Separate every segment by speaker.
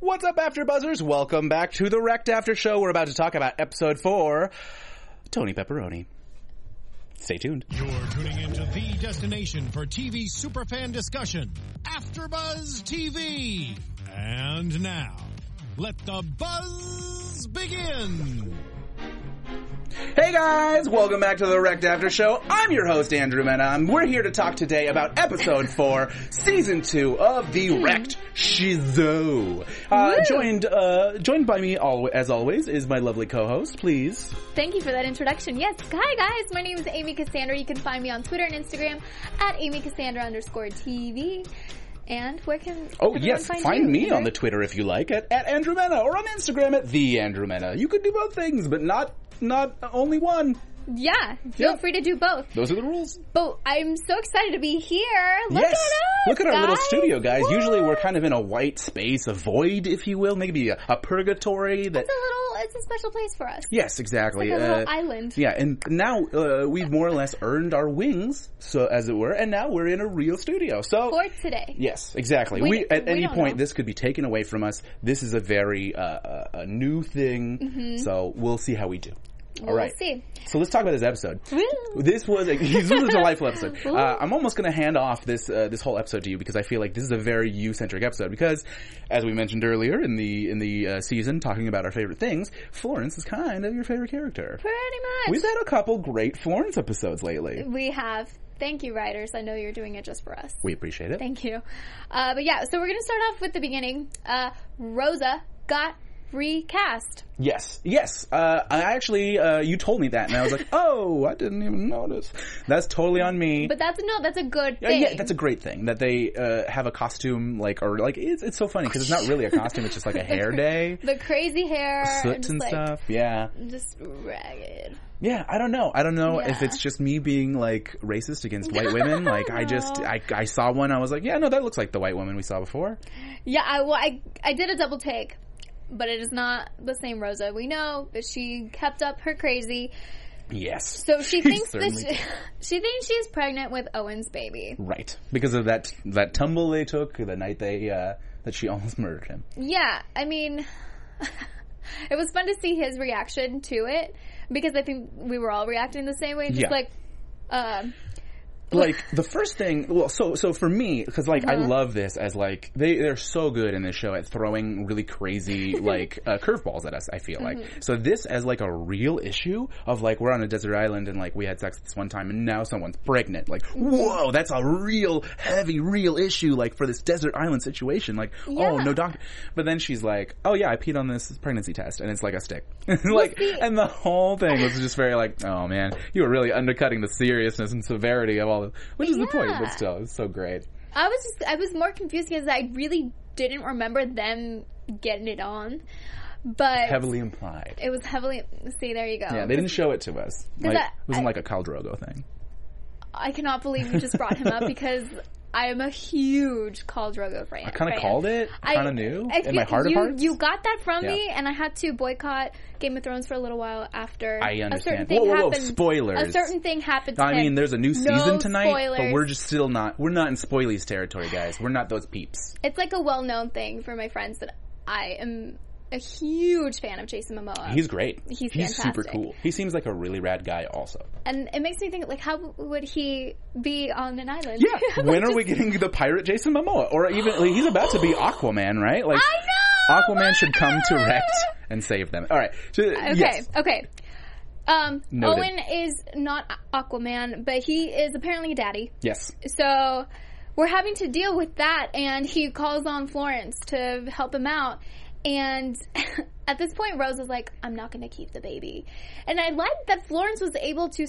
Speaker 1: What's up, After Buzzers? Welcome back to the Wrecked After Show. We're about to talk about episode four Tony Pepperoni. Stay tuned.
Speaker 2: You're tuning into the destination for TV superfan discussion, AfterBuzz TV. And now, let the buzz begin.
Speaker 1: Hey guys, welcome back to the Wrecked After Show. I'm your host, Andrew Menon. We're here to talk today about episode four, season two of the Wrecked Shizou. Uh, joined, uh, joined by me, al- as always, is my lovely co-host, please.
Speaker 3: Thank you for that introduction. Yes, hi guys, my name is Amy Cassandra. You can find me on Twitter and Instagram at Amy Cassandra underscore TV. And where can
Speaker 1: Oh
Speaker 3: everyone
Speaker 1: yes,
Speaker 3: find,
Speaker 1: find,
Speaker 3: you,
Speaker 1: me on the
Speaker 3: Peter?
Speaker 1: Twitter if you like at, at Andrew Mena or on Instagram at the Andrew Mena. You could do both things, but not not only one.
Speaker 3: yeah. Feel
Speaker 1: Yeah.
Speaker 3: free to do both.
Speaker 1: Those are the rules.
Speaker 3: But I'm so excited to be here. Look
Speaker 1: yes,
Speaker 3: at us,
Speaker 1: look at our little
Speaker 3: guys.
Speaker 1: studio, guys.
Speaker 3: Woo!
Speaker 1: Usually we're kind of in a white space, a void, if you will, maybe a, a purgatory. That
Speaker 3: It's a little. It's a special place for us.
Speaker 1: yes, exactly.
Speaker 3: Like a little
Speaker 1: Uh,
Speaker 3: island.
Speaker 1: yeah, and now uh, we've more or less earned our wings, so as it were, and now we're in a real studio. So
Speaker 3: For today.
Speaker 1: Yes, exactly. We,
Speaker 3: We-
Speaker 1: at
Speaker 3: we
Speaker 1: any
Speaker 3: don't
Speaker 1: point
Speaker 3: know.
Speaker 1: this could be taken away from us. This is a very uh, uh, a new thing, so we'll see how we do. All
Speaker 3: Mm-hmm. We'll
Speaker 1: right.
Speaker 3: see.
Speaker 1: So let's talk about this episode.
Speaker 3: Woo.
Speaker 1: This was a, this was a delightful episode. Uh, I'm almost going to hand off this uh, this whole episode to you because I feel like this is a very you centric episode. Because as we mentioned earlier in the in the uh, season, talking about our favorite things, Florence is kind of your favorite character.
Speaker 3: Pretty much.
Speaker 1: We've had a couple great Florence episodes lately.
Speaker 3: we have. Thank you, writers. I know you're doing it just for us.
Speaker 1: We appreciate it.
Speaker 3: Thank you. Uh, but yeah, so we're going to start off with the beginning. Uh, Rosa got recast.
Speaker 1: Yes, yes. Uh, I actually, uh, you told me that, and I was like, oh, I didn't even notice. That's totally on me.
Speaker 3: But that's no, that's a good
Speaker 1: Uh,
Speaker 3: thing.
Speaker 1: yeah, that's a great thing that they uh, have a costume like or like it's it's so funny because it's not really a costume; it's just like a hair day,
Speaker 3: the crazy hair, and
Speaker 1: soot
Speaker 3: just
Speaker 1: and
Speaker 3: like,
Speaker 1: stuff. Yeah,
Speaker 3: Just ragged.
Speaker 1: yeah. I don't know. I don't know if
Speaker 3: Yeah.
Speaker 1: it's just me being like racist against white women. Like I just
Speaker 3: No.
Speaker 1: I I saw one. I was like, yeah, no, that looks like the white woman we saw before.
Speaker 3: Yeah, I well, I I did a double take, but it is not the same Rosa we know. But she kept up her crazy,
Speaker 1: Yes.
Speaker 3: so she thinks that
Speaker 1: certainly
Speaker 3: she, she thinks she's pregnant with Owen's baby.
Speaker 1: right because of that that tumble they took the night they uh, that she almost murdered him.
Speaker 3: Yeah, I mean, it was fun to see his reaction to it because I think we were all reacting the same way. Just
Speaker 1: Yeah.
Speaker 3: like, um,
Speaker 1: like the first thing well so so for me because like i love this as like they they're so good in this show at throwing really crazy like uh, curveballs at us i feel like so this as like a real issue of like we're on a desert island and like we had sex this one time and now someone's pregnant like whoa that's a real heavy real issue like for this desert island situation like oh
Speaker 3: Yeah.
Speaker 1: no doctor but then she's like oh yeah i peed on this pregnancy test and it's like a stick like and the whole thing was just very like oh man you were really undercutting the seriousness and severity of all this which is the point but
Speaker 3: Yeah.
Speaker 1: still it's so great
Speaker 3: I was just I was more confused because I really didn't remember them getting it on, but
Speaker 1: heavily implied
Speaker 3: it was heavily. See, there you go.
Speaker 1: yeah they didn't show it to us like,
Speaker 3: I-
Speaker 1: it wasn't like a Khal Drogo thing
Speaker 3: I cannot believe you just brought him up because I am a huge Call Drogo fan. I
Speaker 1: kind of called it kind of knew
Speaker 3: I
Speaker 1: in my
Speaker 3: think
Speaker 1: heart of
Speaker 3: you,
Speaker 1: hearts
Speaker 3: You got that from
Speaker 1: Yeah.
Speaker 3: me, and I had to boycott Game of Thrones for a little while after.
Speaker 1: I
Speaker 3: A certain
Speaker 1: understand.
Speaker 3: thing
Speaker 1: Whoa, whoa, whoa!
Speaker 3: happened.
Speaker 1: Spoilers.
Speaker 3: A certain thing happened. To
Speaker 1: I
Speaker 3: him.
Speaker 1: mean, there's a new season
Speaker 3: No
Speaker 1: tonight, but
Speaker 3: spoilers.
Speaker 1: we're just still not. We're not in spoilies territory, guys. We're not those peeps.
Speaker 3: It's like a well-known thing for my friends that I am a huge fan of Jason Momoa.
Speaker 1: He's great.
Speaker 3: He's
Speaker 1: super
Speaker 3: fantastic.
Speaker 1: cool. He seems like a really rad guy, also.
Speaker 3: and it makes me think like how would he be on an island
Speaker 1: Yeah. When are we getting the pirate Jason Momoa? Or even like, he's about to be Aquaman, right? Like
Speaker 3: I know!
Speaker 1: Aquaman should come to Rect and save them. All right. So,
Speaker 3: okay
Speaker 1: yes.
Speaker 3: okay um
Speaker 1: Noted.
Speaker 3: owen is not aquaman but he is apparently a daddy
Speaker 1: Yes.
Speaker 3: so we're having to deal with that and he calls on florence to help him out and at this point rose is like i'm not gonna keep the baby and i liked that florence was able to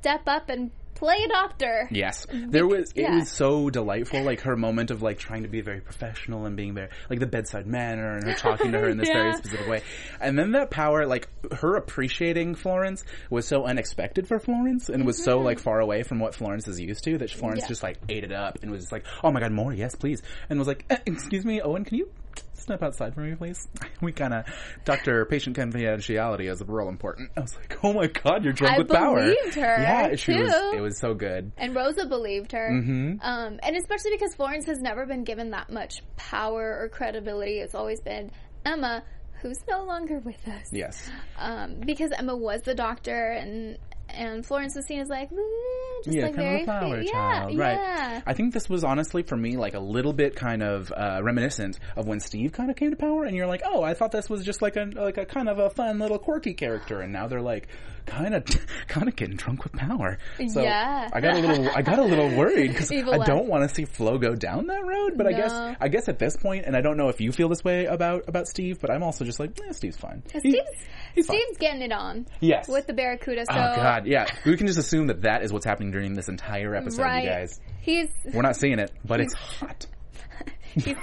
Speaker 3: step up and play doctor
Speaker 1: Yes. There was it
Speaker 3: Mm-hmm. yeah.
Speaker 1: was so delightful like her moment of like trying to be very professional and being very like the bedside manner and her talking to her in this very
Speaker 3: Yeah.
Speaker 1: specific way. And then that power like her appreciating Florence was so unexpected for Florence and was so like far away from what Florence is used to that Florence
Speaker 3: Mm-hmm. Yeah.
Speaker 1: just like ate it up and was just like, "Oh my god, more. Yes, please." And was like, "Eh, "Excuse me, Owen, can you step outside for me, please? We kind of doctor patient confidentiality is real important. I was like, oh my god, you're drunk
Speaker 3: I
Speaker 1: with power.
Speaker 3: believed her,
Speaker 1: Yeah, she was.
Speaker 3: too.
Speaker 1: It was so good.
Speaker 3: And Rosa believed her.
Speaker 1: Mhm.
Speaker 3: Um, and especially because Florence has never been given that much power or credibility. It's always been Emma, who's no longer with us.
Speaker 1: Yes.
Speaker 3: Um, because Emma was the doctor and and Florence was seen as like, "Ooh," just like
Speaker 1: kind of
Speaker 3: very
Speaker 1: a flower
Speaker 3: fa-
Speaker 1: child,
Speaker 3: yeah,
Speaker 1: right?
Speaker 3: yeah.
Speaker 1: I think this was honestly for me like a little bit kind of uh, reminiscent of when Steve kind of came to power, and you're like, oh, I thought this was just like a like a kind of a fun little quirky character, and now they're like kind of kind of getting drunk with power. So
Speaker 3: Yeah.
Speaker 1: I got a little I got a little worried because
Speaker 3: Evil
Speaker 1: I
Speaker 3: laugh.
Speaker 1: don't want to see Flo go down that road, but I
Speaker 3: No.
Speaker 1: guess I guess at this point, and I don't know if you feel this way about about Steve, but I'm also just like, eh, Steve's fine. He-
Speaker 3: Steve's,
Speaker 1: he's fine.
Speaker 3: Steve's getting it on
Speaker 1: Yes.
Speaker 3: with the Barracuda. So
Speaker 1: Oh God! Yeah, we can just assume that that is what's happening during this entire episode,
Speaker 3: right,
Speaker 1: you guys.
Speaker 3: he's
Speaker 1: We're not seeing it, but it's hot.
Speaker 3: he's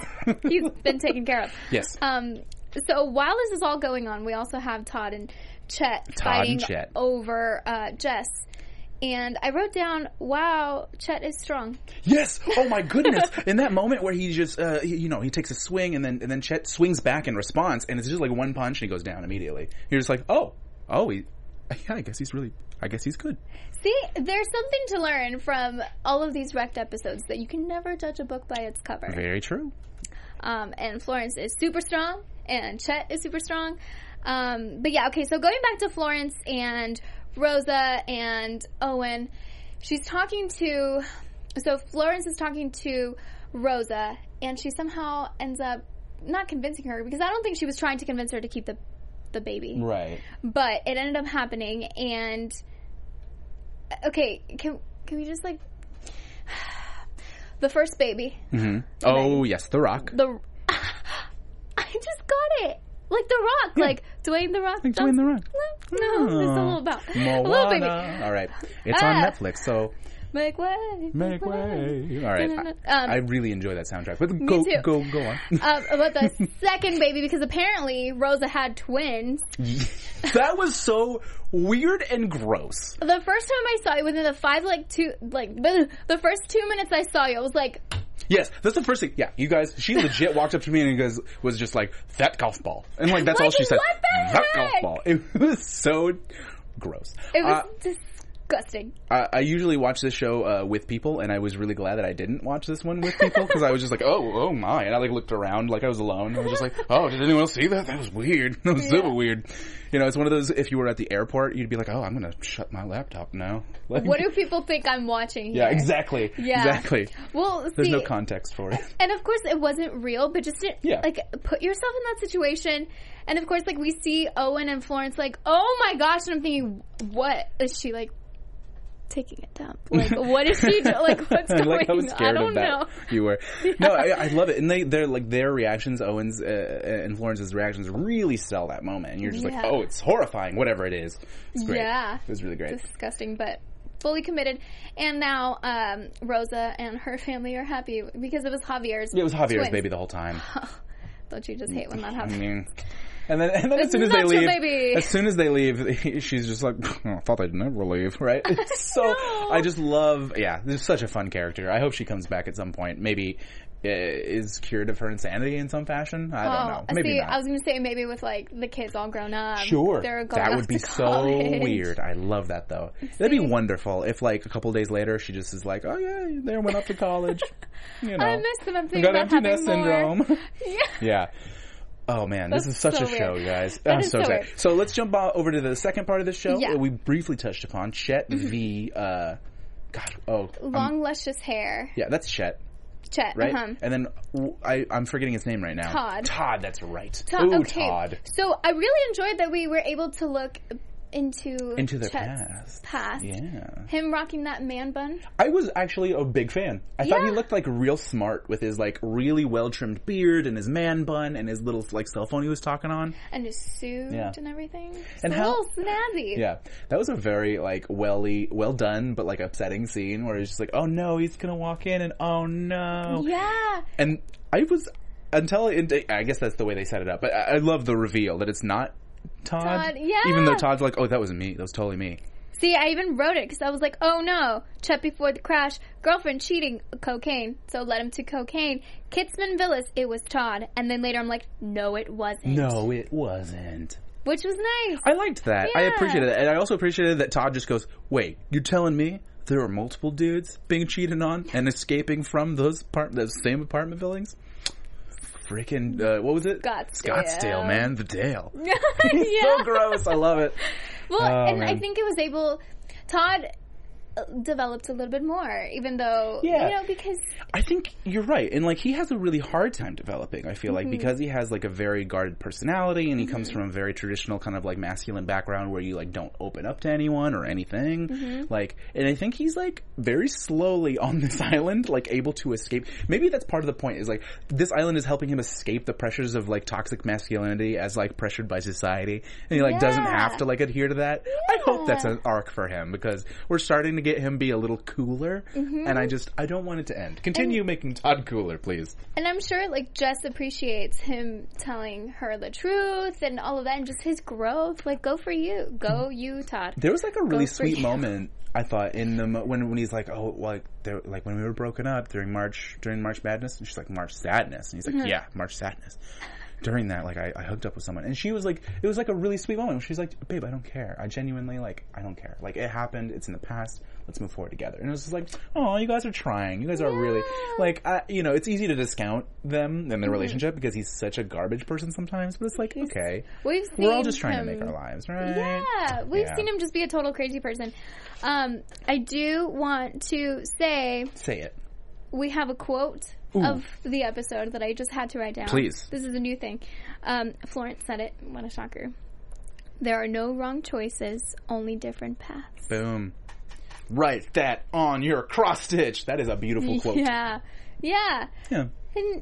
Speaker 3: he's been taken care of.
Speaker 1: Yes.
Speaker 3: Um, so while this is all going on, we also have Todd and Chet
Speaker 1: Todd
Speaker 3: fighting
Speaker 1: and Chet.
Speaker 3: over uh, Jess. And I wrote down, "Wow, Chet is strong."
Speaker 1: yes. Oh my goodness! In that moment where he just, uh, he- you know, he takes a swing and then and then Chet swings back in response, and it's just like one punch and he goes down immediately. You're just like, oh, oh, he, yeah, I guess he's really, I guess he's good.
Speaker 3: See, there's something to learn from all of these wrecked episodes that you can never judge a book by its cover.
Speaker 1: Very true.
Speaker 3: Um, and Florence is super strong, and Chet is super strong. Um, but yeah, okay, so going back to Florence and Rosa and Owen, she's talking to. So Florence is talking to Rosa, and she somehow ends up not convincing her because I don't think she was trying to convince her to keep the the baby
Speaker 1: Right.
Speaker 3: but it ended up happening and okay can can we just like the first baby
Speaker 1: hmm Oh yes, The Rock.
Speaker 3: the i just got it like the rock like dwayne the rock
Speaker 1: Like Dwayne The Rock.
Speaker 3: no no, it's a
Speaker 1: Oh.
Speaker 3: little about a little baby
Speaker 1: Moana. All right, it's on
Speaker 3: Ah.
Speaker 1: Netflix, so
Speaker 3: make way
Speaker 1: make way. All right,
Speaker 3: Um,
Speaker 1: I, I really enjoy that soundtrack. But go,
Speaker 3: too.
Speaker 1: go, go on.
Speaker 3: um, about the second baby because apparently rosa had twins
Speaker 1: that was so weird and gross.
Speaker 3: the first time i saw you within the five like two like the first two minutes i saw you i was like
Speaker 1: Yes, that's the first thing. Yeah, you guys, she legit walked up to me and goes, was just like, that golf ball. And like, that's
Speaker 3: Like,
Speaker 1: all she said.
Speaker 3: what the
Speaker 1: that
Speaker 3: heck?"
Speaker 1: golf ball. It was so gross.
Speaker 3: it was
Speaker 1: Uh,
Speaker 3: disgusting
Speaker 1: I, I usually watch this show uh, with people, and I was really glad that I didn't watch this one with people because I was just like, "Oh, oh my!" And I like looked around like I was alone. I was just like, "Oh, did anyone else see that? That was weird. That was super weird." You know, it's one of those. If you were at the airport, you'd be like, "Oh, I'm gonna shut my laptop now." Like,
Speaker 3: What do people think I'm watching here?
Speaker 1: yeah, exactly.
Speaker 3: Yeah.
Speaker 1: exactly.
Speaker 3: Well,
Speaker 1: There's
Speaker 3: see,
Speaker 1: no context for it.
Speaker 3: and of course it wasn't real, but just to,
Speaker 1: Yeah.
Speaker 3: like put yourself in that situation. And of course, like we see Owen and Florence, like, oh my gosh, and I'm thinking, what is she like taking a dump? Like, what is she do- like? What's
Speaker 1: I
Speaker 3: going?
Speaker 1: like how
Speaker 3: on? I
Speaker 1: scared
Speaker 3: don't
Speaker 1: of that
Speaker 3: know.
Speaker 1: you were. No, I, I love it, and they they're like their reactions, Owen's uh, and Florence's reactions, really sell that moment, and you're just like,
Speaker 3: Yeah.
Speaker 1: oh, it's horrifying, whatever it is. It's great.
Speaker 3: Yeah.
Speaker 1: it was really great.
Speaker 3: Disgusting, but fully committed. And now um, Rosa and her family are happy because it was Javier's.
Speaker 1: It was Javier's
Speaker 3: twins.
Speaker 1: baby Mm, the whole time.
Speaker 3: Don't you just hate when that
Speaker 1: I
Speaker 3: happens?
Speaker 1: mean, and then and then as
Speaker 3: It's
Speaker 1: soon as they
Speaker 3: not your
Speaker 1: leave,
Speaker 3: baby.
Speaker 1: as soon as they leave, she's just like, "Oh, I thought they'd never leave, right? It's so I just love, yeah, this is such a fun character. I hope she comes back at some point. Maybe uh, is cured of her insanity in some fashion. I don't know. Maybe
Speaker 3: Oh, see,
Speaker 1: not.
Speaker 3: I was gonna say maybe with like the kids all grown up.
Speaker 1: Sure.
Speaker 3: they're going
Speaker 1: That
Speaker 3: off
Speaker 1: would be
Speaker 3: to
Speaker 1: so
Speaker 3: college.
Speaker 1: weird. I love that though. That'd be wonderful if like a couple days later she just is like, oh yeah, they went off to college. you know.
Speaker 3: I miss them. I'm
Speaker 1: I
Speaker 3: thinking
Speaker 1: got
Speaker 3: about
Speaker 1: empty nest
Speaker 3: having more.
Speaker 1: syndrome.
Speaker 3: Yeah.
Speaker 1: yeah. Oh man, this
Speaker 3: That's
Speaker 1: is such
Speaker 3: so
Speaker 1: a show,
Speaker 3: weird.
Speaker 1: guys.
Speaker 3: That
Speaker 1: I'm
Speaker 3: is
Speaker 1: so
Speaker 3: so
Speaker 1: excited.
Speaker 3: weird.
Speaker 1: So let's jump on over to the second part of the show
Speaker 3: Yeah. Mm-hmm.
Speaker 1: that we briefly touched upon. Chet v. Uh, God, oh, I'm-
Speaker 3: Long luscious hair.
Speaker 1: yeah, that's Chet,
Speaker 3: Chet.
Speaker 1: right?
Speaker 3: Uh-huh.
Speaker 1: And then w- I, am forgetting his name right now.
Speaker 3: Todd.
Speaker 1: Todd, that's right.
Speaker 3: Todd-
Speaker 1: Ooh,
Speaker 3: okay.
Speaker 1: Todd.
Speaker 3: So I really enjoyed that we were able to look into
Speaker 1: Into their
Speaker 3: Chet's
Speaker 1: past.
Speaker 3: past.
Speaker 1: Yeah.
Speaker 3: Him rocking that man bun.
Speaker 1: I was actually a big fan. I thought he
Speaker 3: Yeah.
Speaker 1: looked like real smart with his like really well trimmed beard and his man bun and his little like cell phone he was talking on.
Speaker 3: and his suit
Speaker 1: Yeah.
Speaker 3: and everything. It's
Speaker 1: And
Speaker 3: a
Speaker 1: how-
Speaker 3: little snazzy.
Speaker 1: Yeah, that was a very like welly, well done, but like upsetting scene where he's just like, oh no, he's gonna walk in and oh no,
Speaker 3: Yeah.
Speaker 1: and I was until it, I guess that's the way they set it up. But I, I love the reveal that it's not Todd,
Speaker 3: Todd, yeah.
Speaker 1: even though Todd's like, oh, that was me, that was totally me.
Speaker 3: See, I even wrote it because I was like, oh no, Chet before the crash, girlfriend cheating, cocaine. So led him to cocaine. Kitsman Villas, it was Todd. And then later I'm like, no, it wasn't.
Speaker 1: No, it wasn't.
Speaker 3: Which was nice.
Speaker 1: I liked that. I
Speaker 3: Yeah.
Speaker 1: appreciated that. And I also appreciated that Todd just goes, wait, you're telling me there were multiple dudes being cheated on and escaping from those part- those same apartment buildings? Freaking, uh, what was it?
Speaker 3: Scottsdale.
Speaker 1: Scottsdale, man. The Dale.
Speaker 3: yeah.
Speaker 1: So gross. I love it.
Speaker 3: Well,
Speaker 1: Oh,
Speaker 3: and I
Speaker 1: man.
Speaker 3: think it was able, Todd uh, developed a little bit more, even though,
Speaker 1: Yeah.
Speaker 3: you know, because
Speaker 1: I think you're right. And like he has a really hard time developing, I feel like, because he has like a very guarded personality and he comes from a very traditional kind of like masculine background where you like don't open up to anyone or anything. Like and I think he's like very slowly on this island, like able to escape. Maybe that's part of the point is like this island is helping him escape the pressures of like toxic masculinity as like pressured by society. And he like doesn't
Speaker 3: Yeah.
Speaker 1: have to like adhere to that. I hope that's an arc for him because we're starting to get him be a little cooler, and I just I don't want it to end. Continue making Todd cooler, please.
Speaker 3: And I'm sure, like, Jess appreciates him telling her the truth and all of that, and just his growth. Like, go for you,
Speaker 1: Hmm.
Speaker 3: go you, Todd.
Speaker 1: There was like a really
Speaker 3: for
Speaker 1: sweet
Speaker 3: you.
Speaker 1: moment I thought in the mo- when when he's like oh like there like when we were broken up during March during March Madness and she's like March Sadness and he's like
Speaker 3: Mm-hmm.
Speaker 1: yeah March Sadness. During that, like I, I hooked up with someone, and she was like, it was like a really sweet moment. She's like, "Babe, I don't care. I genuinely like, I don't care. Like it happened. It's in the past. Let's move forward together." And it was just like, "Oh, you guys are trying. You guys are really like, I, you know, it's easy to discount them
Speaker 3: Mm-hmm.
Speaker 1: and their relationship because he's such a garbage person sometimes. But it's like, okay,
Speaker 3: We've seen
Speaker 1: we're all just trying
Speaker 3: him-
Speaker 1: to make our lives right.
Speaker 3: Yeah, we've
Speaker 1: Yeah.
Speaker 3: seen him just be a total crazy person. Um, I do want to say
Speaker 1: Say it.
Speaker 3: we have a quote
Speaker 1: Ooh.
Speaker 3: of the episode that I just had to write down.
Speaker 1: Please.
Speaker 3: This is a new thing. Um, Florence said it. What a shocker. There are no wrong choices, only different paths.
Speaker 1: Boom. Write that on your cross stitch. That is a beautiful quote.
Speaker 3: Yeah. Yeah.
Speaker 1: Yeah.
Speaker 3: And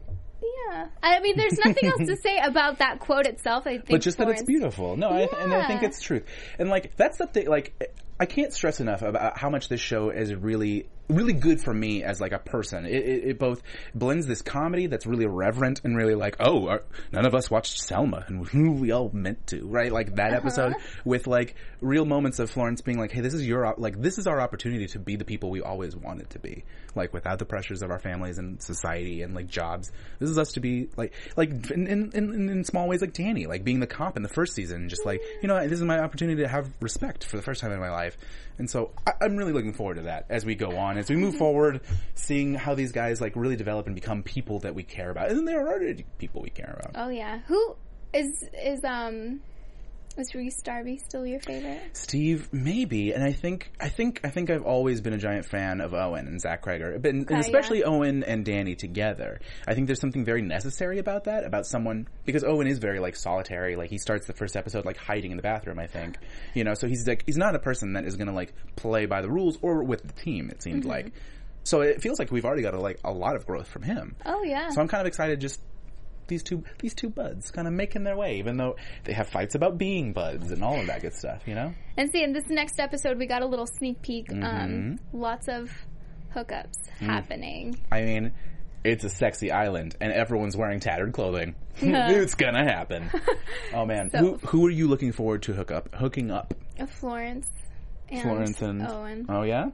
Speaker 3: yeah, I mean, there's nothing else to say about that quote itself. I think,
Speaker 1: But just that it's
Speaker 3: Florence-
Speaker 1: beautiful. No, I th- and I think
Speaker 3: Yeah.
Speaker 1: it's truth. And like that's the thing. Like I can't stress enough about how much this show is really, really good for me as like a person. It, it, it both blends this comedy that's really reverent and really like, oh, our, none of us watched Selma and we all meant to, right? Like that
Speaker 3: Uh-huh.
Speaker 1: episode with like real moments of Florence being like, hey, this is your op- like this is our opportunity to be the people we always wanted to be, like without the pressures of our families and society and like jobs. This is us to be like like in in, in, in small ways like Danny, like being the cop in the first season, just like you know this is my opportunity to have respect for the first time in my life, and so I, I'm really looking forward to that as we go on, as we move forward, seeing how these guys like really develop and become people that we care about, and they are already people we care about.
Speaker 3: Oh yeah, who is is um is Reese Darby still your favorite?
Speaker 1: Steve, maybe, and I think I think I think I've always been a giant fan of Owen and Zach Kreger, but and
Speaker 3: yeah.
Speaker 1: especially Owen and Danny together. I think there's something very necessary about that, about someone because Owen is very like solitary. Like he starts the first episode like hiding in the bathroom. I think you know, so he's like he's not a person that is going to like play by the rules or with the team. It seems like, so it feels like we've already got a, like a lot of growth from him.
Speaker 3: Oh yeah,
Speaker 1: So I'm kind of excited just these two these two buds kind of making their way, even though they have fights about being buds and all of that good stuff. You know.
Speaker 3: and see in this next episode we got a little sneak peek. Um,
Speaker 1: Mm-hmm.
Speaker 3: lots of hookups
Speaker 1: Mm.
Speaker 3: happening.
Speaker 1: I mean, it's a sexy island, and everyone's wearing tattered clothing. it's gonna happen. Oh man, who who are you looking forward to hook up hooking up?
Speaker 3: Of Uh, Florence. And
Speaker 1: Florence and
Speaker 3: Owen.
Speaker 1: Oh yeah,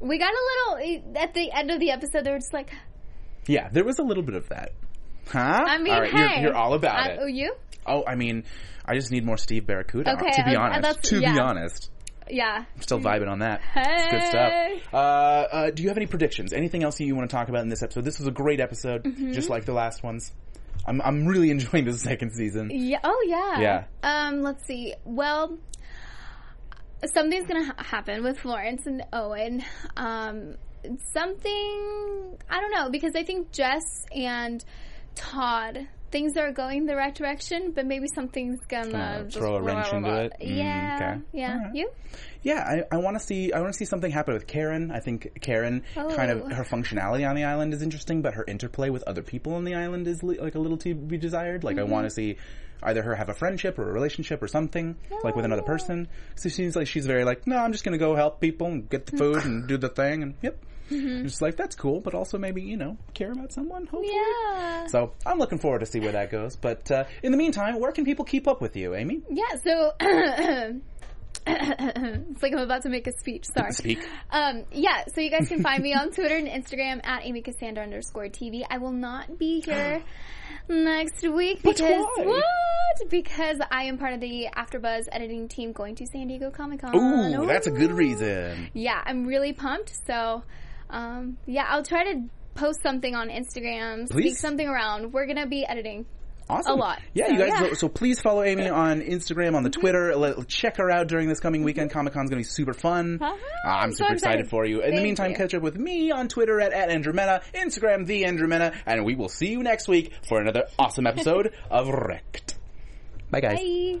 Speaker 3: We got a little eh, at the end of the episode. They were just like,
Speaker 1: yeah. There was a little bit of that. Huh?
Speaker 3: I mean,
Speaker 1: all right,
Speaker 3: hey,
Speaker 1: you're, you're all about
Speaker 3: I-
Speaker 1: it.
Speaker 3: Oh, you?
Speaker 1: oh, I mean, I just need more Steve Barracuda.
Speaker 3: Okay,
Speaker 1: to be
Speaker 3: uh,
Speaker 1: honest,
Speaker 3: that's-
Speaker 1: to be
Speaker 3: yeah.
Speaker 1: honest,
Speaker 3: Yeah.
Speaker 1: I'm still vibing on that. It's good
Speaker 3: Hey.
Speaker 1: stuff. Uh, uh, do you have any predictions? Anything else that you want to talk about in this episode? This was a great episode,
Speaker 3: Mm-hmm.
Speaker 1: just like the last ones. I'm I'm really enjoying this second season.
Speaker 3: Yeah. Oh, yeah.
Speaker 1: Yeah.
Speaker 3: Um. Let's see. Well, something's gonna ha- happen with Florence and Owen. Um. Something I don't know because I think Jess and Todd things are going the right direction, but maybe something's gonna
Speaker 1: Gonna
Speaker 3: just
Speaker 1: throw a wrench into it? Mm,
Speaker 3: Yeah.
Speaker 1: okay.
Speaker 3: Yeah.
Speaker 1: Alright.
Speaker 3: You?
Speaker 1: Yeah, I, I want to see I want to see something happen with Karen. I think Karen
Speaker 3: Oh.
Speaker 1: kind of her functionality on the island is interesting, but her interplay with other people on the island is li- like a little to be desired. Like I want to
Speaker 3: Mm-hmm.
Speaker 1: see either her have a friendship or a relationship or something like with another
Speaker 3: Oh.
Speaker 1: person. So it seems like she's very like, no, I'm just gonna go help people and get the food and do the thing and yep.
Speaker 3: Mm-hmm.
Speaker 1: Just like that's cool, but also maybe you know care about someone. Hopefully.
Speaker 3: Yeah.
Speaker 1: So I'm looking forward to see where that goes. But uh, in the meantime, where can people keep up with you, Amy?
Speaker 3: Yeah, so it's like I'm about to make a speech. Sorry.
Speaker 1: Speak.
Speaker 3: Um, yeah, so you guys can find me on Twitter and Instagram at Amy Cassandra underscore TV. I will not be here next week because
Speaker 1: why?
Speaker 3: what? Because I am part of the AfterBuzz editing team going to San Diego Comic Con.
Speaker 1: Ooh, that's a good reason.
Speaker 3: Yeah, I'm really pumped. So, um, yeah, I'll try to post something on Instagram, speak
Speaker 1: Please.
Speaker 3: something around. We're gonna be editing.
Speaker 1: Awesome.
Speaker 3: A lot.
Speaker 1: Yeah,
Speaker 3: So,
Speaker 1: you guys.
Speaker 3: yeah. Mm-hmm.
Speaker 1: So please follow Amy on Instagram, on the Twitter. Let, check her out during this coming weekend. Comic Con's going to be super fun. Ah,
Speaker 3: Uh-huh.
Speaker 1: I'm
Speaker 3: I'm so
Speaker 1: super excited.
Speaker 3: excited.
Speaker 1: for you. In the
Speaker 3: Thank
Speaker 1: meantime,
Speaker 3: you.
Speaker 1: catch up with me on Twitter at, at Andromeda, Instagram, the Andromeda, and we will see you next week for another awesome episode of Wrecked. Bye, guys.
Speaker 3: Bye.